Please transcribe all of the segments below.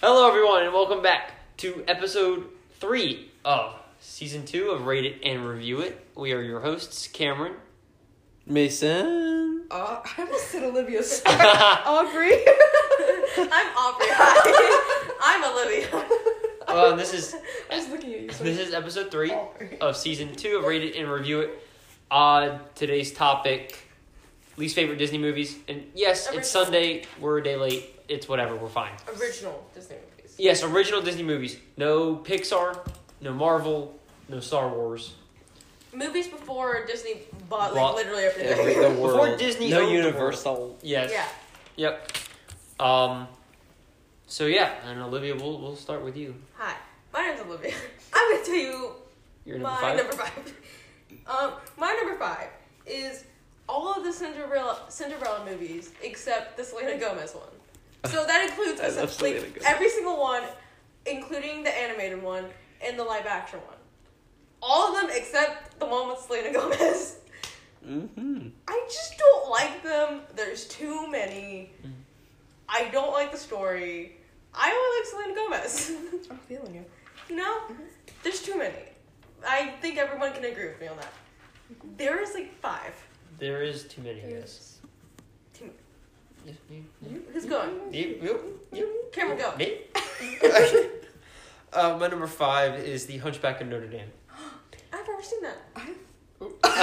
Hello, everyone, and welcome back to episode three of season two of Rate It and Review It. We are your hosts, Cameron. Mason. Uh, I almost said Olivia Stark. Aubrey. I I'm Aubrey. Hi. I'm Olivia. Well, this is was looking at you. Oh, So this is episode three Aubrey. of season two of Rate It and Review It. Uh, today's topic: least favorite Disney movies. And yes, it's Original. Sunday. We're a day late. It's whatever. We're fine. Original Disney movies. Yes, original Disney movies. No Pixar. No Marvel. No Star Wars. Movies before Disney bought like Bought literally everything. Every the world. Disney No owned the Universal. Yes. Yeah. Yep. Um. So yeah, and Olivia, we'll we'll start with you. Hi. My name's Olivia. I'm gonna tell you You're number my five. number five. Um, my number five is all of the Cinderella Cinderella movies except the Selena Gomez one. So that includes I love essentially Selena Gomez. every single one, including the animated one and the live action one. All of them except the one with Selena Gomez. Mm-hmm. I just don't like them. There's too many. Mm. I don't like the story. I only like Selena Gomez. I'm feeling Mm-hmm. you. no, there's too many. I think everyone can agree with me on that. There is like five. There is too many. Yes. Too- Yes, Who's going? you, you, Camera go. Me? uh, my number five is the Hunchback of Notre Dame. I've never seen that.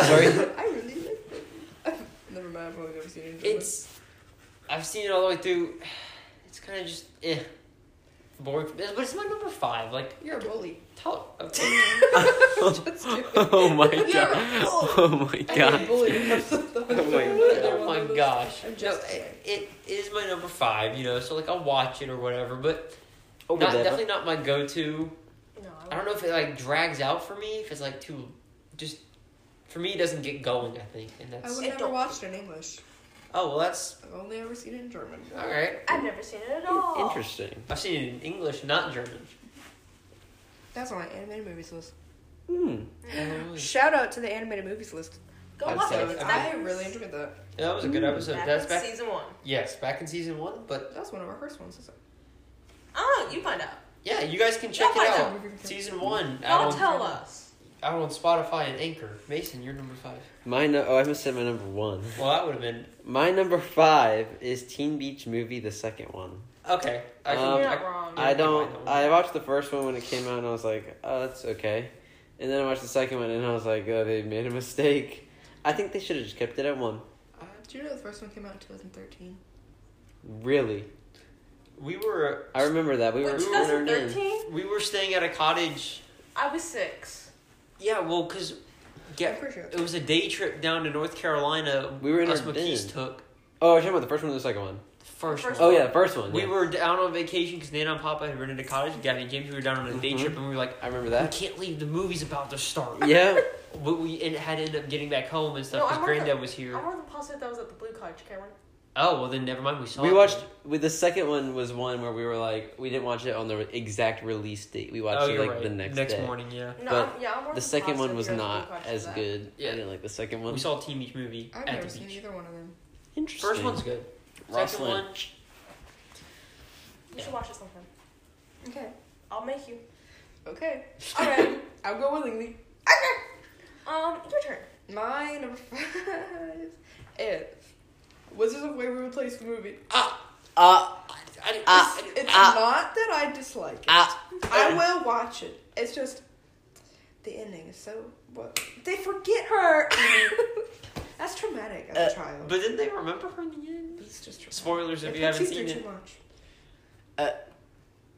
Sorry, I really like them. Never mind, I've only ever seen it. in it's I've seen it all the way through. It's kind of just eh, boring. But it's my number five. Like German. You're a bully. tell. That's stupid. Oh my You're a god. bully. Oh my I'm a god. bully. oh my gosh. I'm No, just it, it is my number five, you know, so like I'll watch it or whatever, but not, Whatever. definitely not my go to. No, I I don't. don't know if it like drags out for me, if it's like too, just, for me, it doesn't get going, I think. And I that's, would It never don't- watch it in English. oh, well, that's, I've only ever seen it in German. alright. I've never seen it at all. Interesting. I've seen it in English, not German. That's on my animated movies list. Hmm. Mm-hmm. Shout out to the animated movies list. Go I'm watch sorry. it. It's I back in- really enjoyed that. that was a good episode. back That's in back, season one. yes, back in season one, but That was one of our first ones. Isn't it? I don't know. Oh, You find out. yeah, you guys can check Y'all it find out. out. Season one, Y'all out on, tell us. out on Spotify and Anchor. Mason, you're number five. My no- oh, I must say my number one. Well, that would have been, My number five is Teen Beach Movie, the second one. okay. I can, Um, You're I- not wrong. I I don't don't. know. I watched the first one when it came out, and I was like, "Oh, that's okay." And then I watched the second one, and I was like, "Oh, they made a mistake." I think they should have just kept it at one. Uh, Did you know the first one came out in 2013? Really, we were, I remember that we were. Wait, we were in our room. 2013? we were staying at a cottage I was six. Yeah, well, cause yeah, I'm pretty sure. it was a day trip down to North Carolina. We were in us our McKees bin. took Oh, I was talking about the first one or the second one. the first. First one. Oh yeah, the first one. we yeah. were down on vacation because Nana and Papa had rented a cottage. Gabby and James, we were down on a day Mhm. trip, and we were like, I remember "We that. can't leave. The movie's about to start." yeah. But we and had to end up getting back home and No, stuff I because remember- Granddad was I here. remember the positive that was at the Blue Cottage, Cameron. Oh well, then never mind. We saw. We it. watched with the second one was one where we were like we didn't watch it on the exact release date. We watched oh, it you're like right. the next, day. morning. Yeah, No, But I'm, yeah, I'm more The second one positive was you guys not Blue Cottage as than that. good. Yeah. I didn't like the second one. we saw a Team Beach movie I've at never the seen beach. either one of them. Interesting. First one's good. Second Rosslyn. one, You should watch it sometime. Okay. I'll make you. Okay. All right. I'll go willingly. um, your turn. My number five is Wizards of Waverly Place the movie. ah, Uh, I, I, Ah. I- It's Ah. not that I dislike Uh, it. ah. I will watch it. It's just the ending is so what they forget her. That's traumatic as Uh, a child. but didn't they remember her in the end? it's just traumatic. Spoilers if It you haven't puts seen through it. too much. Uh,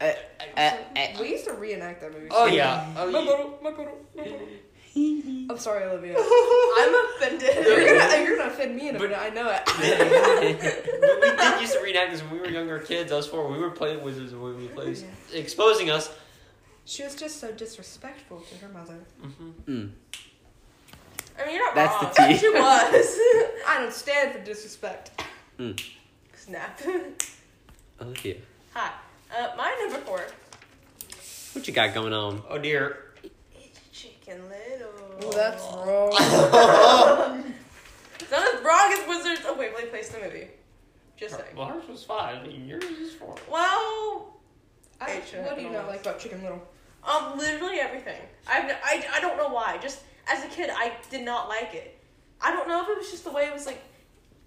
uh, uh. we used to reenact that movie. Oh yeah. Oh, My you- bottle, my bottle, my bottle. uh. I'm sorry, Olivia. I'm offended. you're, gonna, you're gonna offend me in a But- minute. I know it. But we did used to reenact this when we were younger kids. Us four, we were playing Wizards of Waverly Place, exposing us. She was just so disrespectful to her mother. hmm Mm. I mean, you're not That's the wrong. tea. She was. I don't stand for disrespect. Snap. Olivia, Hi. Uh, my number four. what you got going on? Oh dear. Chicken Little. Well, that's wrong. It's not as wrong as Wizards of Waverly Place the movie. Just saying. Well, ours was five. I mean, yours is four. Well, I, It should what do you happen not all like about Chicken Little? Um, literally everything. I've, I, I don't know why. Just as a kid, I did not like it. I don't know if it was just the way it was like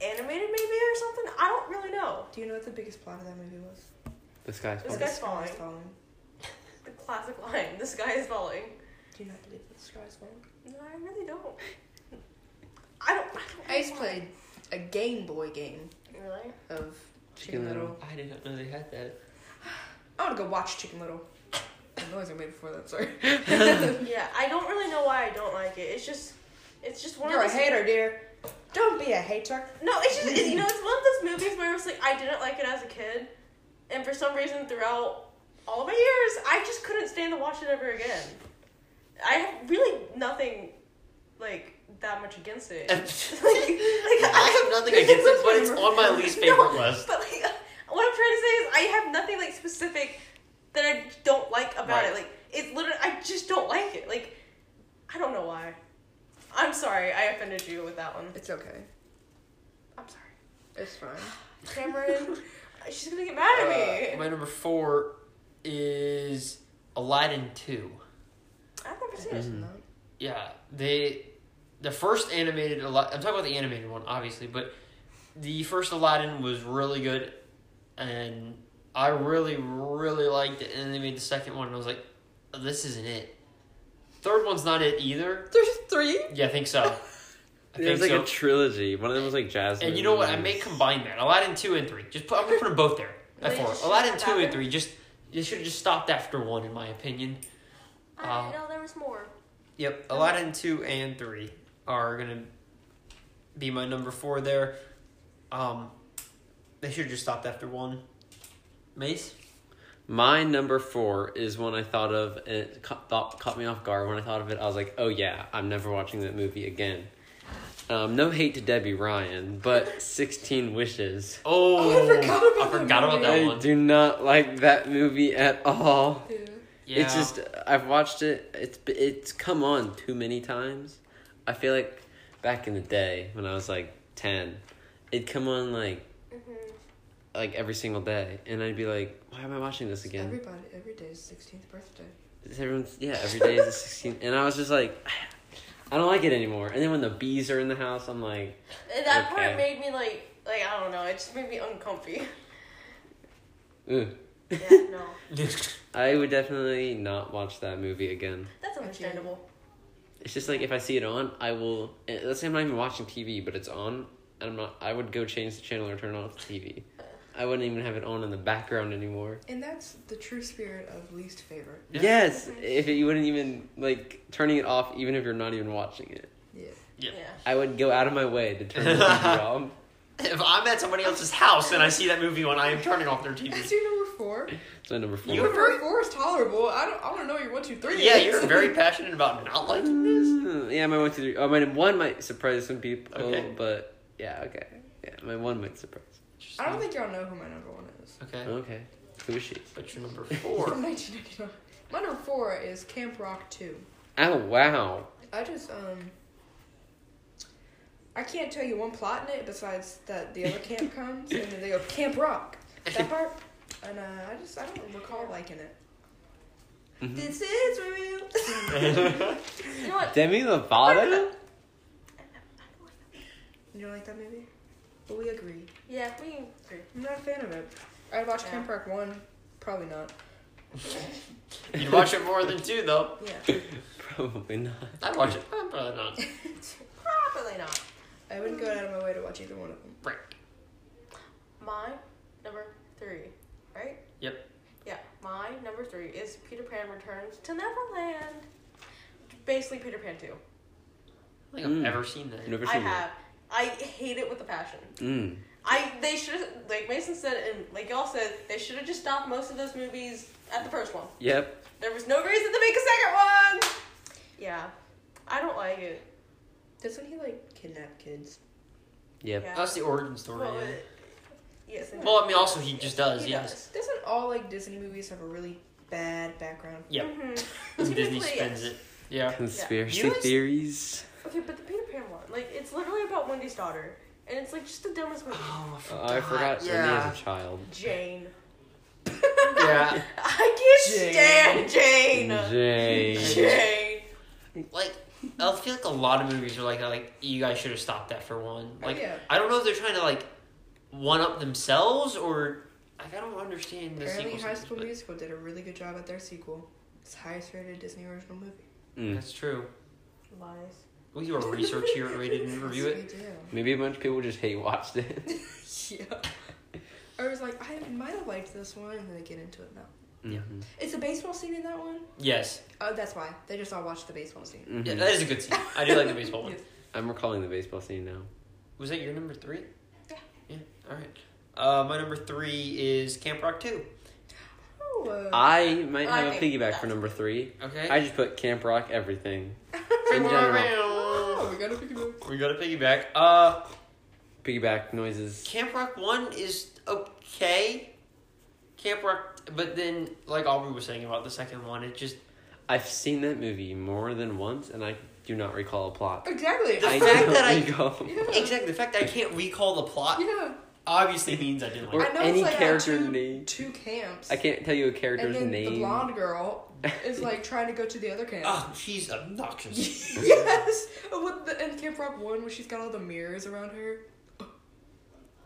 animated, maybe or something. I don't really know. Do you know what the biggest plot of that movie was? The sky's This Or falling. The guy's Sky is falling. falling. The classic line: "This guy is falling." Do you not believe that the sky is falling? No, I really don't. I don't. I don't. I used to know play a Game Boy game why. Really? of Chicken Chicken Little. I didn't know they had that. I want to go watch Chicken Little. The noise I made before that, sorry. Yeah, I don't really know why I don't like it. It's just, it's just one You're a of those. hater, dear. Don't be a hater. No, it's just it- you know it's one of those movies where it's like I didn't like it as a kid, and for some reason throughout all my years I just couldn't stand to watch it ever again. I have really nothing like that much against it. like, like, I have nothing against it, but it's on my least favorite No, list. But like, what I'm trying to say is I have nothing like specific that I don't like about Right. it. Like it's literally I just don't like it. Like I don't know why. I'm sorry I offended you with that one. It's okay. I'm sorry. It's fine. Cameron, uh, she's gonna get mad at Uh, me. my number four is Aladdin two. I've never seen mm-hmm. it. Mm-hmm. No. Yeah, they the first animated Aladdin. I'm talking about the animated one, obviously, but the first Aladdin was really good, and I really, really liked it. And then they made the second one, and I was like, "This isn't it." Third one's not it either. There's three? Yeah, I think so. I There's think like so. a trilogy. One of them was like Jasmine. and you know what? I and- may combine that Aladdin two and three. Just put, I'm gonna put them both there. At They four. just Aladdin should've two and happened. three. Just you should have just stopped after one, in my opinion. Uh, know there was more. Yep, Aladdin two and three are gonna be my number four there. Um, they should have just stopped after one. Mace, My number four is one I thought of, and it ca- thought, caught me off guard. When I thought of it, I was like, oh yeah, I'm never watching that movie again. Um, no hate to Debbie Ryan, but 16 Wishes. oh, I forgot about I that forgot about that I one. do not like that movie at all. Yeah. Yeah, It's just I've watched it. It's it's come on too many times. I feel like back in the day when I was like ten, it'd come on like like every single day, and I'd be like, why am I watching this again? Everybody, every day is 16th birthday. It's everyone's yeah. Every day is the sixteenth, and I was just like, I don't like it anymore. And then when the bees are in the house, I'm like, that Okay. part made me like, like I don't know. It just made me uncomfy. Ugh. yeah, no, I would definitely not watch that movie again. that's understandable. It's just like if I see it on, I will. eh, Let's say I'm not even watching TV, but it's on, and I'm not. I would go change the channel or turn off the TV. I wouldn't even have it on in the background anymore. And that's the true spirit of least favorite. Yeah. Yes, if it, you wouldn't even like turning it off, even if you're not even watching it, Yeah. Yeah. Yeah. I would go out of my way to turn the TV off. if I'm at somebody else's house and I see that movie on, I am turning off their TV. That's your number four? So number four. You're Your very- number four is tolerable. I, don't, I want to know your one, two, three. Yeah, is. you're very passionate about not liking this. Mm, yeah, my one, two, three. Oh, my one might surprise some people, Okay. but yeah, okay. Yeah, my one might surprise. I don't think y'all know who my number one is. Okay, Okay, who is she? but your number From four. 1999. My number four is Camp Rock 2. Oh wow, I just um I can't tell you one plot in it besides that the other camp comes and then they go Camp Rock. That part and uh, I just I don't recall liking it. Mm-hmm. Mhm. This is real. You know what? Demi Lovato. you don't like that movie? But we agree. Yeah, we agree. I'm not a fan of it. I'd watch Yeah. Camp Rock one. Probably not. You'd watch it more than two, though. Yeah, Probably not. I'd watch it. I'm probably not. Probably not. I wouldn't go out of my way to watch either one of them. Right. My number three, right? Yep. Yeah, my number three is Peter Pan returns to Neverland. Basically, Peter Pan two. I think I've Mm. never seen that. I've Never I seen have. that. I hate it with a passion. Mm. I they should have like Mason said and like y'all said they should have just stopped most of those movies at the first one. Yep. There was no reason to make a second one. Yeah, I don't like it. Doesn't he like kidnap kids? Yep. Yeah. That's the origin story. Well, yeah. it- yes. it Well, I mean, also he just does. He yes. does. Doesn't all like Disney movies have a really bad background? Yep. Mhm. And Disney Typically, spends yes. it. Yeah. Conspiracy You know, it's- theories. Okay, but the Peter Pan one, like, it's literally about Wendy's daughter, and it's like just the dumbest movie. Oh, I Oh, I forgot Wendy Yeah. as a child. Jane. Yeah. I Jane. can't stand Jane. Jane. Jane. Like, I feel like a lot of movies are like that. Like, you guys should have stopped that for one. Oh, Like, yeah. I don't know if they're trying to like one up themselves or like I don't understand the Apparently, sequel. High series, School but Musical did a really good job at their sequel. It's the highest rated Disney original movie. Mm. That's true. Lies. We do our research here at Rated and review it. Maybe a bunch of people just hate watched it. Yes, we do. yeah. I was like, I might have liked this one, and then I get into it now. Yeah. Mhm. Is the baseball scene in that one? Yes, Oh, that's why. They just all watched the baseball scene. Mhm. yeah, that is a good scene. I do like the baseball one. Yes. I'm recalling the baseball scene now. Was that your number three? Yeah. Yeah. All right. Uh, my number three is Camp Rock Two. Oh, uh, I might I have a think piggyback that's- for number three. Okay. I just put Camp Rock everything. in oh, we gotta pick it up. We got a piggyback. Uh, Piggyback noises. Camp Rock One is okay. Camp Rock, but then like Aubrey was saying about the second one, it just I've seen that movie more than once, and I do not recall a plot. Exactly. The I fact don't that I- recall. Yeah. exactly the fact that I can't recall the plot yeah. obviously means I didn't Or like. it. I know any it's like character's two, name. two camps. I can't tell you a and character's then name. Ah. the blonde girl is like trying to go to the other camp. Oh, she's obnoxious. yes. With the, and Camp Rock one, where she's got all the mirrors around her.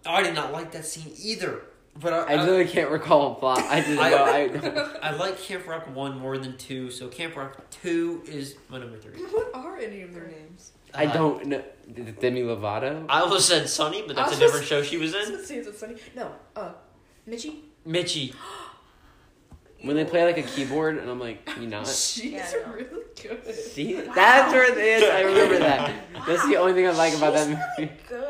I did not like that scene either. But I, I uh, I, literally can't recall a plot. I just I- know. I don't. I like Camp Rock One more than two, so Camp Rock Two is my number three. What are any of their names? I Uh, don't know. D- Demi Lovato. I almost said Sunny, but that's a I was different just- show she was in. Let's see, is it Sunny? No. Uh, Mitchie. Mitchie. When they play like a keyboard, and I'm like, you not. She's Yeah, I know. really good. See, Wow. that's where it is. I remember that. That's the only thing I like about She's that movie. Good.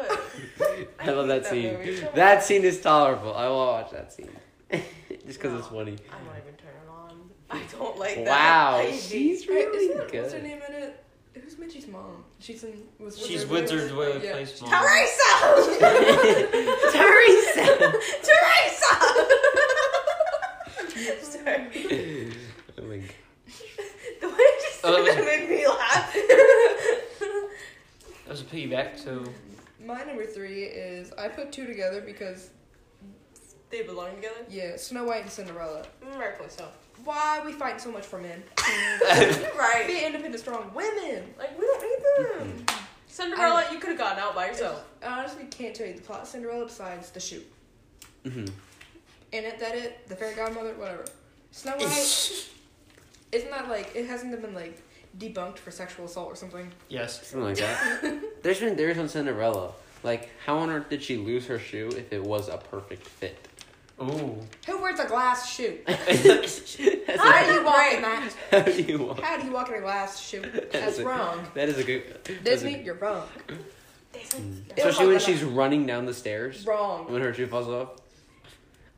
I love hate that scene. movie so That much. scene is tolerable. I will watch that scene just because it's No. funny. I won't even turn it on. I don't like that. Wow, I hate- she's Right, really isn't it- What's her good. name in it? Who's Mitchie's mom? She's in. Was She's Wizards Wizards Way of Oh, Yeah. Place Mom. Teresa! Teresa. Teresa! Sorry. oh my god. The way you just Oh, said that that made me laugh. That was a piggyback, so My number three is I put two together because they belong together? yeah, Snow White and Cinderella. Rightfully so. Why we fighting so much for men? Right. Be independent, strong women. Like, we don't need them. Cinderella, you could have gotten out by yourself. I honestly can't tell you the plot of Cinderella besides the shoot. Mhm. In it, that it, the fairy godmother, whatever. Snow White isn't that like it hasn't been like debunked for sexual assault or something? yes. Something like that. There's been theories on Cinderella. Like, how on earth did she lose her shoe if it was a perfect fit? Ooh. Who wears a glass shoe? That's How a- do you walk in that? how do you walk? How do you walk in a glass shoe? That's a- wrong. That is a good. that's a- Disney, you're wrong. It was Especially when like a- she's running down the stairs. Wrong. when her shoe falls off.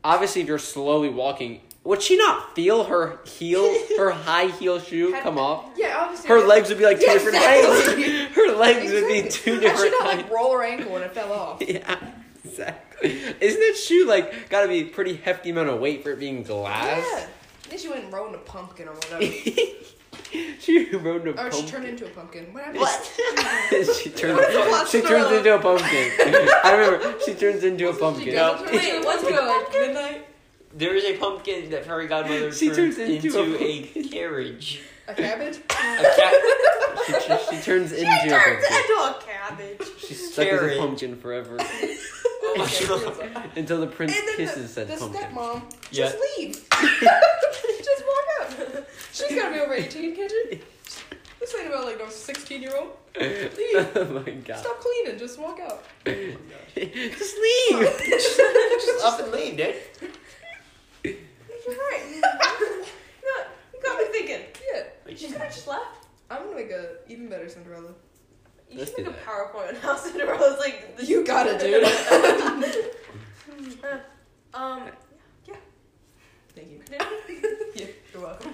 Obviously, if you're slowly walking, would she not feel her heel, her high heel shoe Had- come off? Yeah, obviously. Her legs would be like two Yeah, different exactly. ways. Her legs would Exactly. be two How'd she different not ways. like roll her ankle when it fell off? Yeah, exactly. Isn't that shoe like gotta be a pretty hefty amount of weight for it being Yeah. glass? Then she went and rolled in a pumpkin or whatever. she rode a Or pumpkin. Oh, she turned into a pumpkin. What happened? What? she turns. What a plot she turns thriller. into a pumpkin. I remember. She turns into a She pumpkin. goes No. up to her- Wait, what's like, with pumpkin? midnight? There is a pumpkin that fairy godmother She turns, turns into into, a a, carriage. A cabbage? A cat She, she- she turns She into a turns pumpkin. into a cabbage. She's stuck as Carriage. a pumpkin forever Oh, my okay. God. until the prince And then kisses the, said the pumpkin. stepmom Yeah. just leave. just walk up. She's gotta be over eighteen, can't she? This ain't about like no sixteen year old. Leave. oh my god! Stop cleaning. Just walk out. Just leave. just up and leave, dude. You're right. no, you got me thinking. Yeah. Like, She could have just left. I'm gonna make a even better Cinderella. You Let's should do make a that. PowerPoint on how Cinderella's like. the- You got it, dude. um, Thank you. did we Yeah, you're welcome.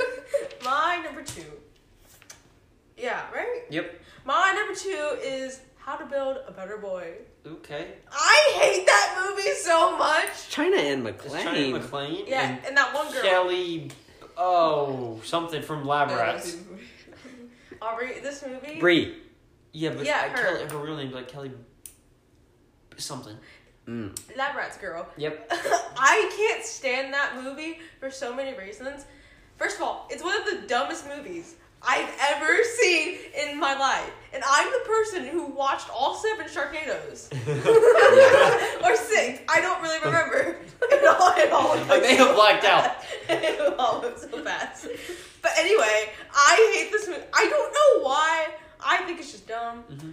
My number two. Yeah, right? Yep. My number two is How to Build a Better Boy. Okay. I hate that movie so much. China and It's McLean. China McLean Yeah, and that one and girl. Shelly. Oh, something from Lab Rats. Aubrey, this movie. Bree. Yeah, but Yeah, Kelly- her. her real name's like Kelly. Something. Mm. Lab Rats Girl. Yep. I can't stand that movie for so many reasons. First of all, it's one of the dumbest movies I've ever seen in my life. And I'm the person who watched all seven Sharknadoes. or six. I don't really remember. it all, it all I may have blacked out. it all went so fast. But anyway, I hate this movie. I don't know why. I think it's just dumb. Mhm.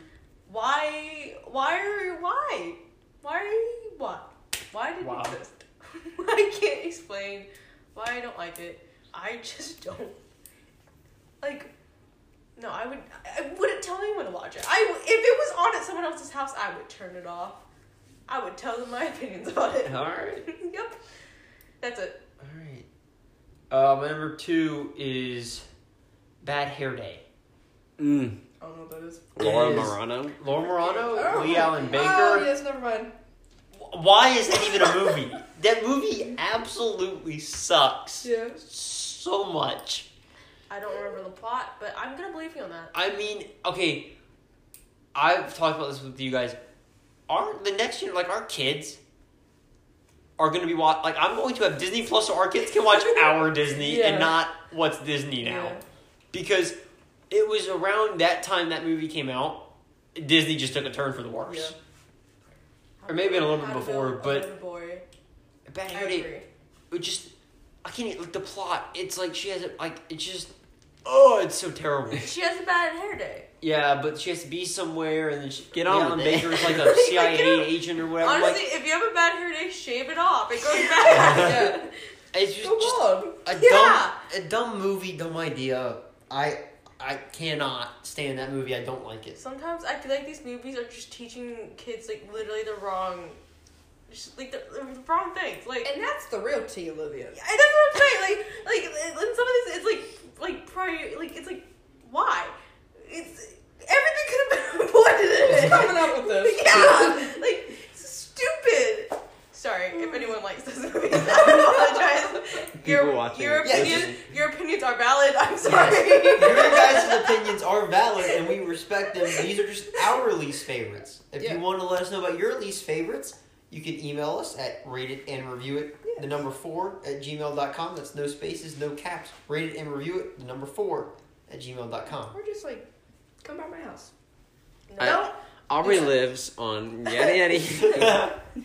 Why? Why are? Why? Why? Why? Why did Wow. it exist? I can't explain why I don't like it. I just don't like. No, I would. I wouldn't tell anyone to watch it. I if it was on at someone else's house, I would turn it off. I would tell them my opinions about it. All right. yep, that's it. All right. Uh, my number two is Bad Hair Day. Mm. I don't know what that is. Laura Is- Morano. Laura Morano, Oh. Lee Allen Baker. Oh, yes, never mind. Why is that even a movie? that movie absolutely sucks Yeah. so much. I don't remember the plot, but I'm gonna believe you on that. I mean, okay, I've talked about this with you guys. Our the next year, like our kids are gonna be watch. Like I'm going to have Disney Plus, so our kids can watch our Disney Yeah. and not what's Disney now, Yeah. because it was around that time that movie came out. Disney just took a turn for the worse. Or maybe a little bit How to before, Build a but- Little Boy. Bad I Hair Day, agree. it just I can't like the plot. It's like she has it like it's just oh, it's so terrible. She has a bad hair day. Yeah, but she has to be somewhere, and then she, Get on Leon with it. Baker is like a Like, CIA you know, agent or whatever. Honestly, like, if you have a bad hair day, shave it off. It goes back. it's just, Go just on. a Yeah. dumb, a dumb movie, dumb idea. I I cannot stand that movie. I don't like it. Sometimes I feel like these movies are just teaching kids like literally the wrong, just, like the, the wrong things. Like, and, And that's the real tea, Olivia. that's what I'm saying. Like, like in some of this, it's like like prior, like it's like why? It's everything could have been avoided. Who's coming up with this? yeah, like stupid. Sorry, Mm. if anyone likes this movie, I apologize. your, People watching your it, opinions, listen. your opinions are valid. I'm sorry. Yes. Your guys' opinions are valid, and we respect them. These are just our least favorites. If Yeah. you want to let us know about your least favorites, you can email us at rate it and review it, the number four at gmail.com. That's no spaces, no caps. Rate it and review it, the number four at gmailcom Or just like, come by my house. No, I- Aubrey lives on Yeti Yeti.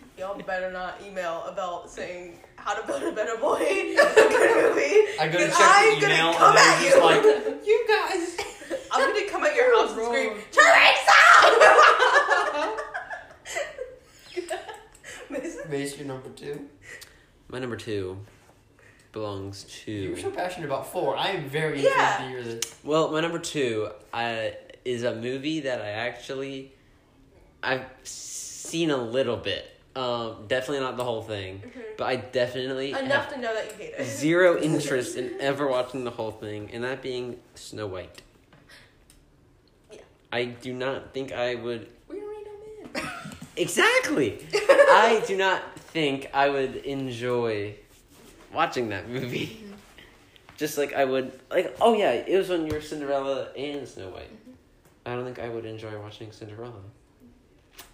y'all better not email about saying how to build a better boy. Good movie. I go to 'Cause check the I'm email, gonna and come they're at just you. like- You guys. I'm gonna come at your house and Wrong. scream, Teresa! Mason? Mace, your number two. My number two belongs You were to. so passionate about four. I am very interested Yeah. to hear this. Well, my number two uh, is a movie that I actually I've seen a little bit. Um, definitely not the whole thing, Mhm. but I definitely Enough have to know that you hate it. zero interest in ever watching the whole thing, and that being Snow White. Yeah. I do not think I would We already know man. exactly. I do not think I would enjoy watching that movie. Just like I would, like, oh yeah, it was when you were Cinderella and Snow White. I don't think I would enjoy watching Cinderella.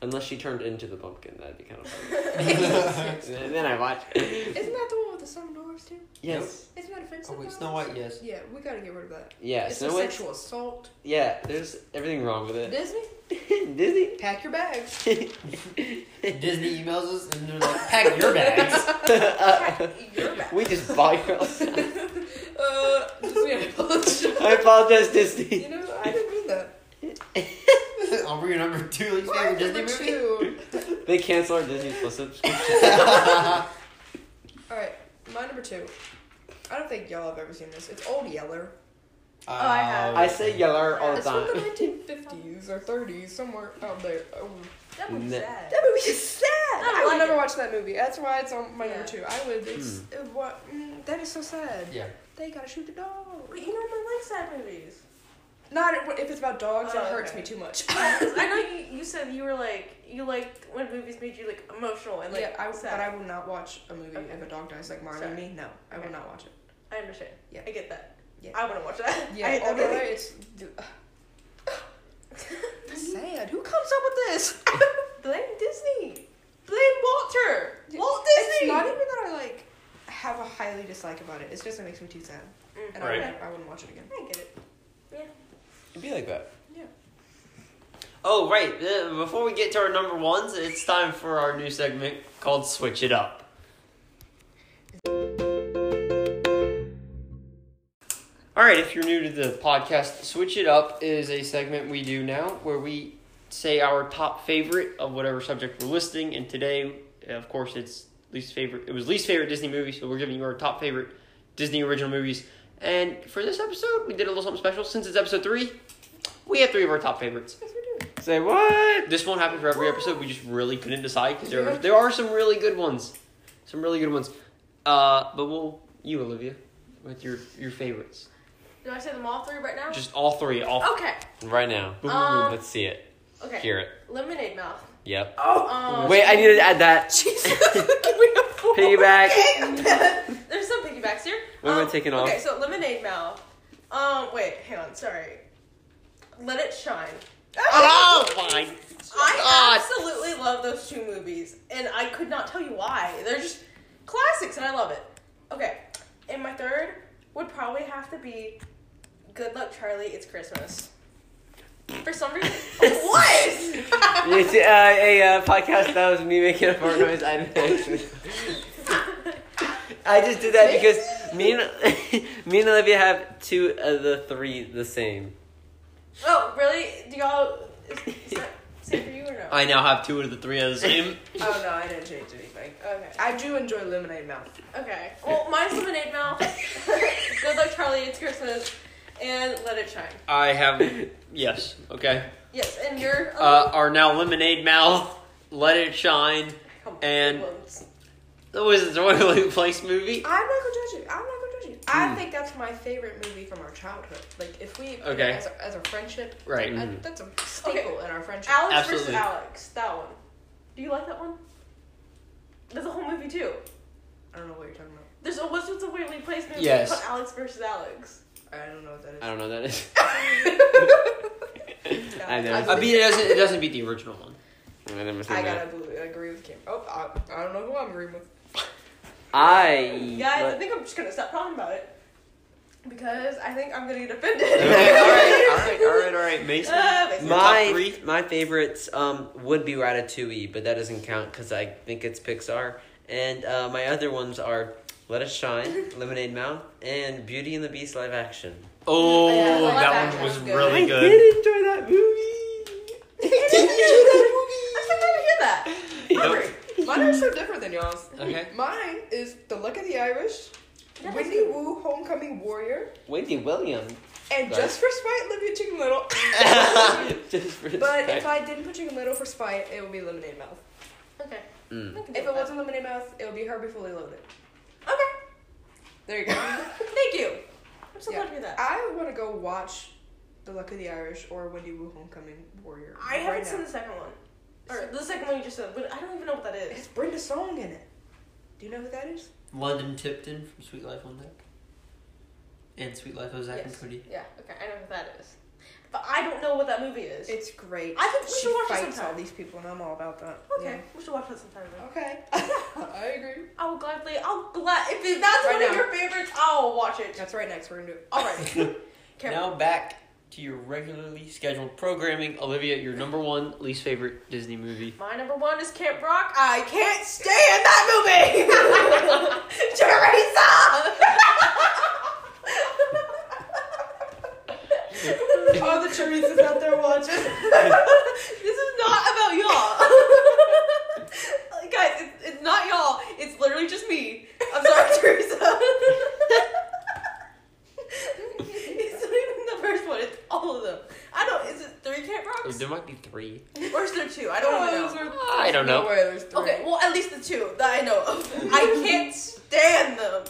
Unless she turned into the pumpkin, that'd be kind of fun. And then I watch. Isn't that the one with the summer doors too? yes. Isn't that offensive? oh, wait, now? Snow White, yes. Yeah, we gotta get rid of that. Yeah, it's Snow a White. sexual assault. Yeah, there's everything wrong with it. Disney, Disney. pack your bags. Disney emails us, and they're like, pack your bags. You're back. we just bought your. I Uh, Disney, I apologize. apologize, You Disney. know, I didn't mean that. I'll bring your number two least Why favorite is Disney number movie. two? They cancel our Disney Plus subscription. All right, my number two. I don't think y'all have ever seen this. It's Old Yeller. Oh, I have. I say yeller all the It's from the time. 1950s or 30s, somewhere out there. Oh. That one's Ne- sad. That movie is sad. I I, would like never it. watch that movie. That's why it's on my number Yeah. two. I would. It's it, what, mm, that is so sad. Hmm. Yeah. They gotta shoot the dog. But you know, I like sad movies. Not if- if it's about dogs. Oh, it hurts okay. me too much. I know you, you said you were like, you liked when movies made you like emotional and like yeah, I, sad. but I will not watch a movie Okay. if a dog dies like Marley Sorry. and me. No, I will Okay. not watch it. I understand. Yeah. I get that. Yeah. I wouldn't watch that. I Yeah, hate Old that Yeller. movie. It's sad. Who comes up with this? Blame Disney. Blame highly dislike about it. It's just it makes me too sad, Mm. and Right. I, would, I wouldn't watch it again. I get it. It'd be like that. Oh, right. uh, Before we get to our number ones, it's time for our new segment called Switch It Up. All right, if you're new to the podcast, Switch It Up is a segment we do now where we say our top favorite of whatever subject we're listing. And today, of course, it's least favorite. It was least favorite Disney movie, so we're giving you our top favorite Disney original movies. And for this episode, we did a little something special. Since it's episode three, we have three of our top favorites. Yes, we do. Say what? This won't happen for every episode. We just really couldn't decide because there are, there are some really good ones, some really good ones. Uh, but we'll you Olivia with your your favorites, Do I say them all three right now? just all three, all okay. Right now. Boom, Um, Let's see it. okay. Hear it. Lemonade mouth. Yep. Oh. Wait, I needed to add that. Piggyback. There's some piggybacks here. Um, What am I taking off? Okay, so lemonade mouth. Um, wait, hang on. Sorry. Let it shine. Oh, fine. Oh, I absolutely love those two movies, and I could not tell you why. They're just classics, and I love it. Okay, and my third would probably have to be Good Luck Charlie, It's Christmas. For some reason, what? It's uh, a uh, podcast that was me making a fart noise. I didn't actually. I just did that because me and me and Olivia have two of the three the same. oh, really? Do y'all? Is, is that same for you or no? I now have two of the three of the same. Oh no, I didn't change anything. okay. I do enjoy Lemonade Mouth. Mm. Okay. Well, mine's lemonade mouth. Good Luck Charlie, It's Christmas, and Let It Shine. I have yes, okay. Yes, and your Oh. Uh, are now lemonade mouth. Let it shine. come on, and- Williams. That was the Royal Place movie. I'm not gonna judge you. I'm not gonna judge you. Mm. I think that's my favorite movie from our childhood. Like if we put it Okay. Mm. as, a, as a friendship, Right. I- that's a staple in our friendship. Alex Absolutely. versus Alex, that one. Do you like that one? There's a whole movie too. I don't know what you're talking about. There's a What's with the Weirdly Place movie Yes. called Alex versus Alex. I don't know what that is. I don't know what that is. I I I never. believe- mean, it doesn't it doesn't beat the original one. I never seen I that. gotta bel- agree with Kim. Oh, I, I don't know who I'm agreeing with. I. Guys, I but- think I'm just gonna stop talking about it because I think I'm gonna get offended. Okay, all right, all right, all right, all right, Mason. Uh, basically. Your top My three? my favorites um would be Ratatouille, but that doesn't count because I think it's Pixar. And uh, my other ones are Let Us Shine, Lemonade Mouth, and Beauty and the Beast live action. Oh, Yeah, well, that that one was was good. really I good. did enjoy that movie. I didn't hear that. I'm so glad to hear that. Yep. Mine are so different than y'all's. Okay. Mine is The Luck of the Irish, That was Wendy good. Wu Homecoming Warrior, Wendy Williams. and Right. just for spite, Olivia Chicken Little. Just for but respect. if I didn't put Chicken Little for spite, it would be Lemonade Mouth. Okay. Mm. I If can do it that. wasn't Lemonade Mouth, it would be Herbie Fully Loaded. Okay. There you go. Thank you. I'm so Yeah. glad to hear that. I want to go watch The Luck of the Irish or Wendy Wu Homecoming Warrior. I right haven't now. seen the second one. Or the second one you just said, but I don't even know what that is. It's Brenda Song in it. Do you know who that is? London Tipton from Sweet Life on Deck. And Sweet Life of Zack and Cody. Yeah, okay, I know what that is. But I don't know what that movie is. It's great. I think we she should watch it fights sometime. all these people, and I'm all about that. okay, we should watch that sometime Yeah. then. Okay. I agree. I will gladly, I'll glad, if it- that's Right one of now. your favorites, I'll watch it. That's right. Next, we're gonna do it. Alright. Cameron. Now back to your regularly scheduled programming. Olivia, your number one least favorite Disney movie. My number one is Camp Rock. I can't stand that movie! Teresa! All the Teresa's out there watching. this is not about y'all. Guys, it's, it's not y'all. It's literally just me. I'm sorry, Teresa. it's not even the first one. It's all of them. I don't. Is it three Camp Rocks? There might be three. Or is there two? I Oh, don't even know. I don't know. No way, there's three. Okay, well, at least the two that I know of. I can't stand them.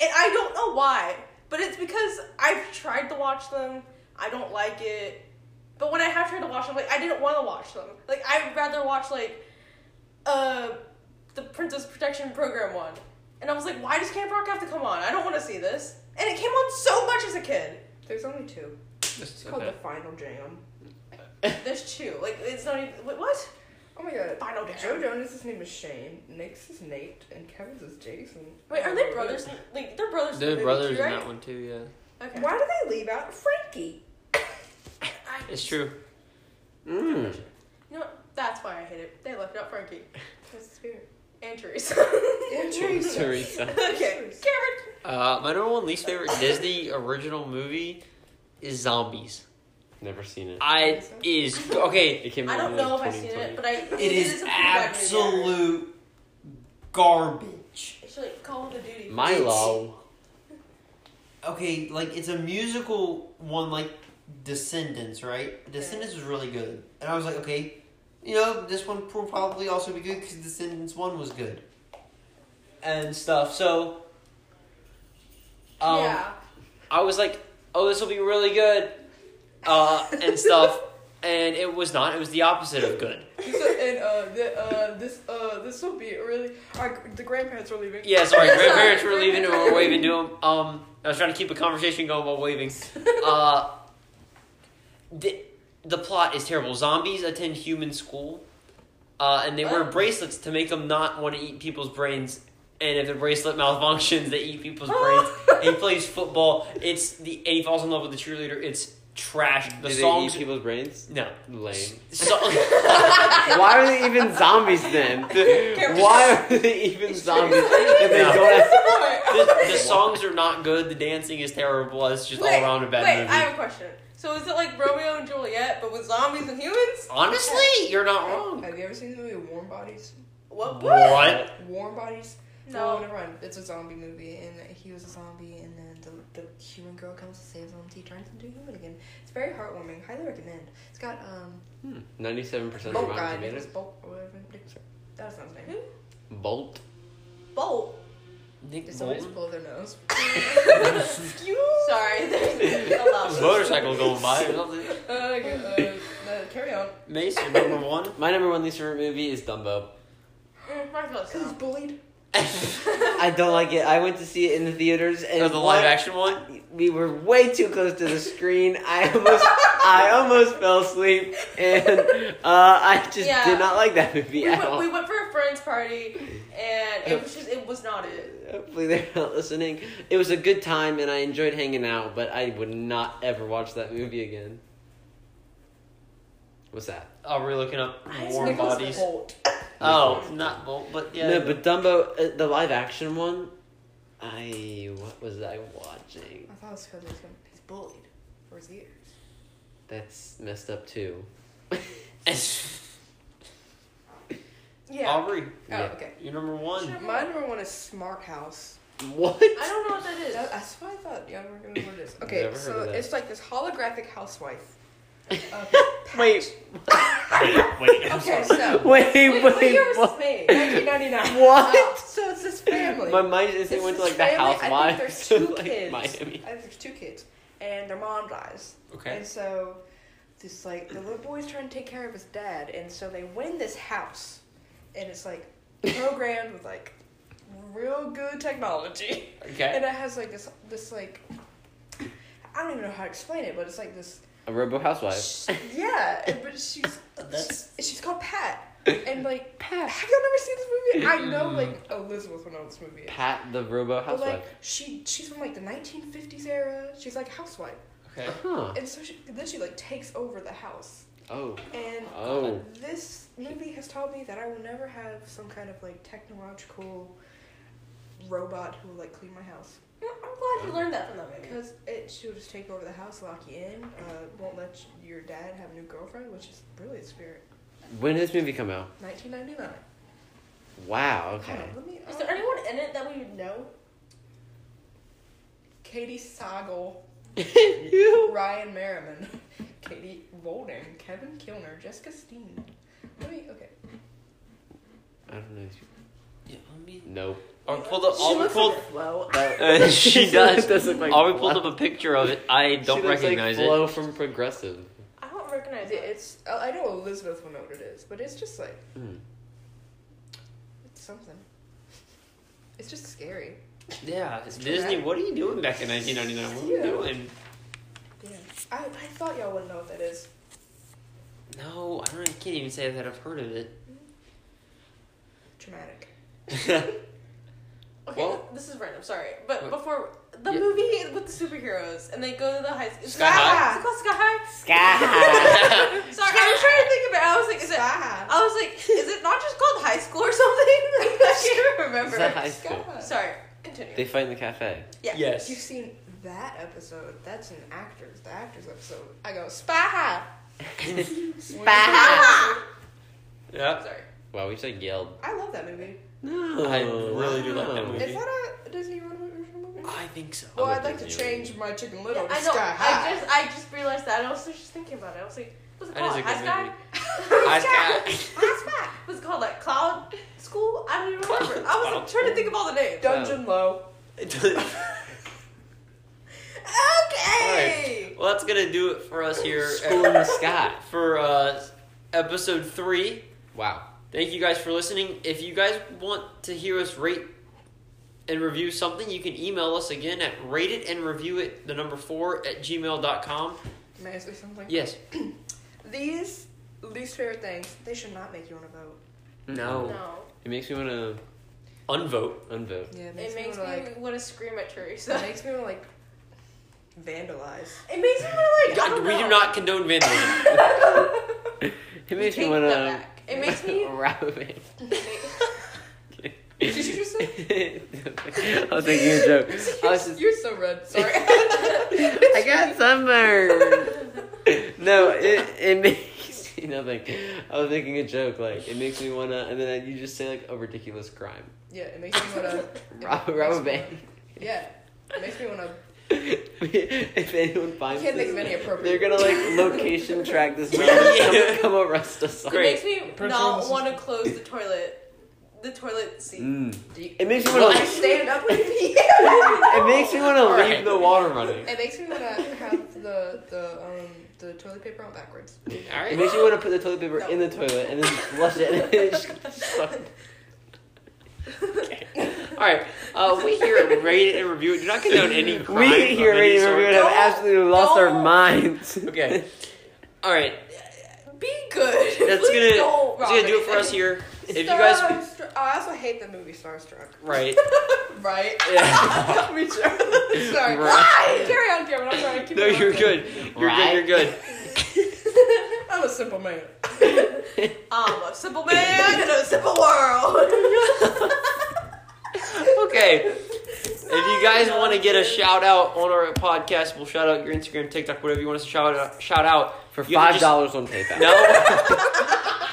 And I don't know why, but it's because I've tried to watch them. I don't like it. But when I have tried to watch them, like, I didn't want to watch them. Like, I'd rather watch, like, uh, the Princess Protection Program one. And I was like, why does Camp Rock have to come on? I don't want to see this. And it came on so much as a kid. There's only two. It's called Okay. the final jam. There's two. Like, it's not even. Wait, what? Oh my god. Final Jam. Joe Jonas' name is Shane, Nick's is Nate, and Kevin's is Jason. Um, Wait, are they brothers? in- Like they're brothers. in the They're movie brothers too, in right? that one too. Yeah, Okay. Why do they leave out Frankie? I- it's true. You Mm. know what? That's why I hate it. They left out Frankie That's his favorite. and Teresa. And Teresa. Teresa. okay, Cameron. Uh, my number one least favorite Disney original movie is Zombies. Never seen it. I is okay. It came I out don't in know if like I've seen 2020. it, but I. It is a pretty bad movie. absolute garbage. It's like Call of Duty. Milo. Okay, like it's a musical one, like Descendants, right? Descendants was really good, and I was like, okay, you know, this one will probably also be good because Descendants one was good, and stuff. So, um, yeah. I was like, oh, this will be really good, uh, and stuff, and it was not. It was the opposite of good. So, and uh, the, uh, this uh, this will be really. Our, the grandparents are leaving. Yeah, sorry, grandparents were leaving and we're waving to them. Um, I was trying to keep a conversation going while waving. Uh, the, the plot is terrible. Zombies attend human school, uh, and they wear Oh. bracelets to make them not want to eat people's brains. And if the bracelet malfunctions, they eat people's brains. And he plays football. It's the and he falls in love with the cheerleader. It's trash. The Do they songs. eat people's brains? no. Lame. So, Why are they even zombies then? Why are they even zombies if they No. don't have the, the songs are not good. The dancing is terrible. It's just all around a bad wait, movie. I have a question. So is it like Romeo and Juliet, but with zombies and humans? Honestly, you're not wrong. Have you ever seen the movie Warm Bodies? What? What? Warm Bodies? No. Oh, never mind. It's a zombie movie, and he was a zombie, and then the, the human girl comes to save him. He turns into a human again. It's very heartwarming. Highly recommend. It's got, um, oh, Hmm. 97% of Bolt Rotten Guy. Nicholas Tomatoes. Bolt, or whatever. That's not his name. Bolt. Bolt. Nick Just always Bolton. blow their nose. Sorry, there's a lot. Motorcycle going by or something. Uh, okay, uh, uh, carry on. Mace, you're number one. My number one least favorite movie is Dumbo. Mm, I feel Because he's so. bullied. I don't like it. I went to see it in the theaters and Or the one- live action one. We were way too close to the screen. I almost, I almost fell asleep, and uh, I just Yeah. did not like that We movie at went, all. we went for a friend's party, and it was just it was not it. Hopefully they're not listening. It was a good time, and I enjoyed hanging out. But I would not ever watch that movie again. What's that? Oh, we're looking up It's warm Nicholas bodies. Bolt. Oh, not Bolt, but yeah. No, but Dumbo, uh, the live action one. I what was I watching? I thought it was because he's bullied for his ears. That's messed up too. Yeah. Aubrey, Yeah. Oh, okay. you're number one. Sure. My number one is Smart House. What? I don't know what that is. That, that's what I thought. Yeah, we're gonna do this. Okay, Never heard so of that. it's like this holographic housewife. Uh, Wait, Wait, I'm okay, sorry. so wait, wait, Wait, what year was what? this made? 1999. What? Uh, So it's this family. My mind just it It's went to this like the family, I think housewives there's of two like kids. Miami. I think there's two kids, and their mom dies. Okay. And so this like the little boy's trying to take care of his dad, and so they win this house, and it's like programmed with like real good technology, and Okay. it has like this this like I don't even know how to explain it, but it's like this A Robo Housewife. sh- yeah, and- but she's That's- she's, she's called Pat, and like Pat, have y'all never seen this movie? I know like Elizabeth will know this movie. is. Mm. Pat the Robo But like Housewife. she she's from like the 1950s era. She's like a housewife, Okay. huh. and so she, then she like takes over the house. Oh. And Oh. this movie has taught me that I will never have some kind of like technological robot who will like clean my house I'm glad you learned that from that movie. because it she will just take over the house, lock you in, uh, won't let y- your dad have a new girlfriend, which is really a spirit. When did this movie come out? 1999. Wow, Hold okay. on, let me. Is there anyone in it that we would know? Katie Sagal, you. Ryan Merriman, Katie Walden, Kevin Kilner, Jessica Steen. Let me. Okay. I don't know. these people. Yeah, let me. Nope. Or pulled up. Aubrey pulled. Flo. Uh, she does. does look like Aubrey pulled Flo. up a picture of it. I She don't looks recognize like it. Flo from Progressive. I don't recognize It- it. It's. I I know Elizabeth will know what it is, but it's just like Hmm. it's something. It's just scary. Yeah, it's Disney. correct. What are you doing back in 1999? What are you Yeah. doing? Yeah. I, I thought y'all wouldn't know what that is. No, I don't. I can't even say that I've heard of it. Traumatic. Okay, Well- this is random. Sorry, but Wait. before the Yeah. movie with the superheroes and they go to the high school. Sky High? Is it called Sky High? Sky High. Sorry, I was trying to think about. it. I was like, is it? Sky. I was like, is it not just called high school or something? I can't remember. Is that high school? God. Sorry, continue. They fight in the cafe. yeah. You've Yes. seen that episode. That's an actor's, the actor's episode. I go, spy high. Ah! Yeah. Sorry. Wow, we just like yelled. I love that movie. No, I really do like that no. movie. Is that a Disney original movie? I think so. Well, I'm a I'd like to Disney change my Chicken Little Yeah, to I know. Sky High. I just, I just realized that. I was just thinking about it. I was like, was it That is a called high good sky? movie. High High High sky. Was it called like cloud school? I don't even remember. I was Cloud Oh. like, trying to think of all the names. Dungeon Low. Okay. Well, that's gonna do it for us here. School in the sky. for uh, episode three. Wow. Thank you guys for listening. If you guys want to hear us rate and review something, you can email us again at rate and review it the number four at gmail.com. May I say something? Yes. These least favorite things, they should not make you want to vote. No. No. It makes me want to Unvote. unvote. Yeah, It makes, me, wanna, like, want to scream at Teresa. it makes me want to like vandalize. It makes me want to like. I don't we do know. not condone vandalism. It makes Take me that want to. back. It makes me. Did you just I was making a joke. I was just, You're so red. Sorry. I got sunburned. no, it it makes me nothing. I was making a joke. Like it makes me wanna, and then you just say like a ridiculous crime. yeah, it makes me want to. Rob, rob a bank. Yeah, it makes me want to. if I anyone finds can't think of this, any appropriate. they're gonna like location track this man. Yeah. Come, come arrest us. It Great. makes me Pretty sure this not is- want to close the toilet. The toilet seat. Mm. Do you- It makes me Well, wanna. I stand up with me. it makes me wanna All leave right. the water running. It makes me want to have the the um the toilet paper on backwards. All right. It makes you want to put the toilet paper No. in the toilet and then flush it and then it just suck. All right. Uh, we here at Rate and Review It do not condone any crime. We here of at any Radio sort. Review have absolutely lost No. our minds. Okay. All right. Be good. That's Please gonna, don't, that's gonna do it Robin. for us here. If you guys. Starstruck. Oh, I also hate the movie Starstruck. Right. Right? Yeah. Me too. Sorry. Right. Carry on, Cameron. I'm trying to keep No, it you're on. good. You're good. You're good. I'm a simple man. I'm a simple man in a simple world. Okay. If you guys want to get a shout out on our podcast, we'll shout out your Instagram, TikTok, whatever you want us to shout out. Shout out. For You have five to dollars on PayPal. No.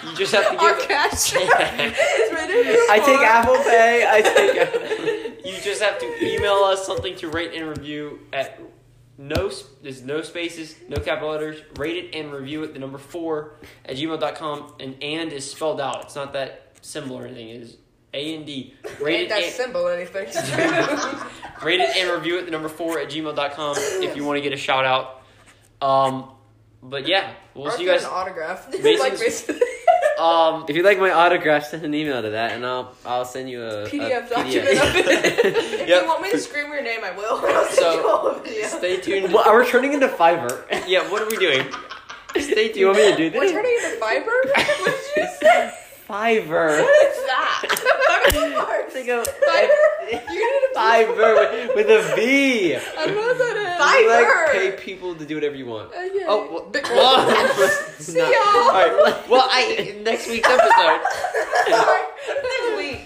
you just have to Our give. cash It's ready to I take pour. Apple Pay. I take. Apple. You just have to email us something to rate and review at no s- there's no spaces, no capital letters. Rate it and review it. The number four at gmail.com and and is spelled out. It's not that symbol or anything. It is A and D. Rate Ain't it that and, symbol anything? Thank rate it and review it. The number four at gmail.com if you want to get a shout out. Um, but yeah, we'll see you guys. Uh, an autograph. Mason's- like Mason. Um, If you'd like my autograph, send an email to that, and I'll I'll send you uh, a a PDF PDF. If Yep. you want me to scream your name, I will. I'll send So- you all of the videos. stay tuned. well, we're turning into Fiverr. Yeah, what are we doing? Stay tuned. Do you want me to do We're this? turning into fiber? What did you say? Fiverr. What is that? They go Fiverr? You need a Fiverr with, with a V. I don't know what that You, Fiverr. like pay people to do whatever you want. is. Okay. Oh, well, Big- See See y'all. All right. Well, I next week's episode. Sorry. Next week.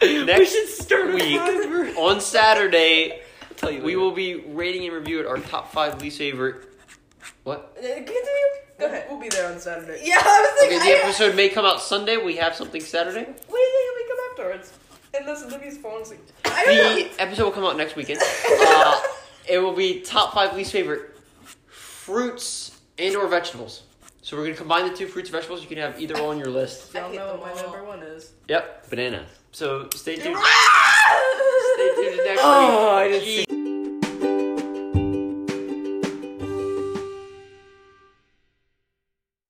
we Next should start week. a Fiverr. on Saturday, I'll tell you we later. will be rating and reviewing our top five least favorite. What? Uh, Continue. Go ahead. We'll be there on Saturday. Yeah, I was Okay, thinking. the I- episode may come out Sunday. We have something Saturday. What do you think we come afterwards? Unless Libby's phone's like, I don't uh, know. The episode will come out next weekend. Uh, it will be top five least favorite fruits and or vegetables. So we're gonna combine the two fruits and vegetables. You can have either on your list. I y'all hate know them what my all. number one is. Yep. bananas. So stay tuned. Ah! Stay tuned to next Oh, I week. didn't see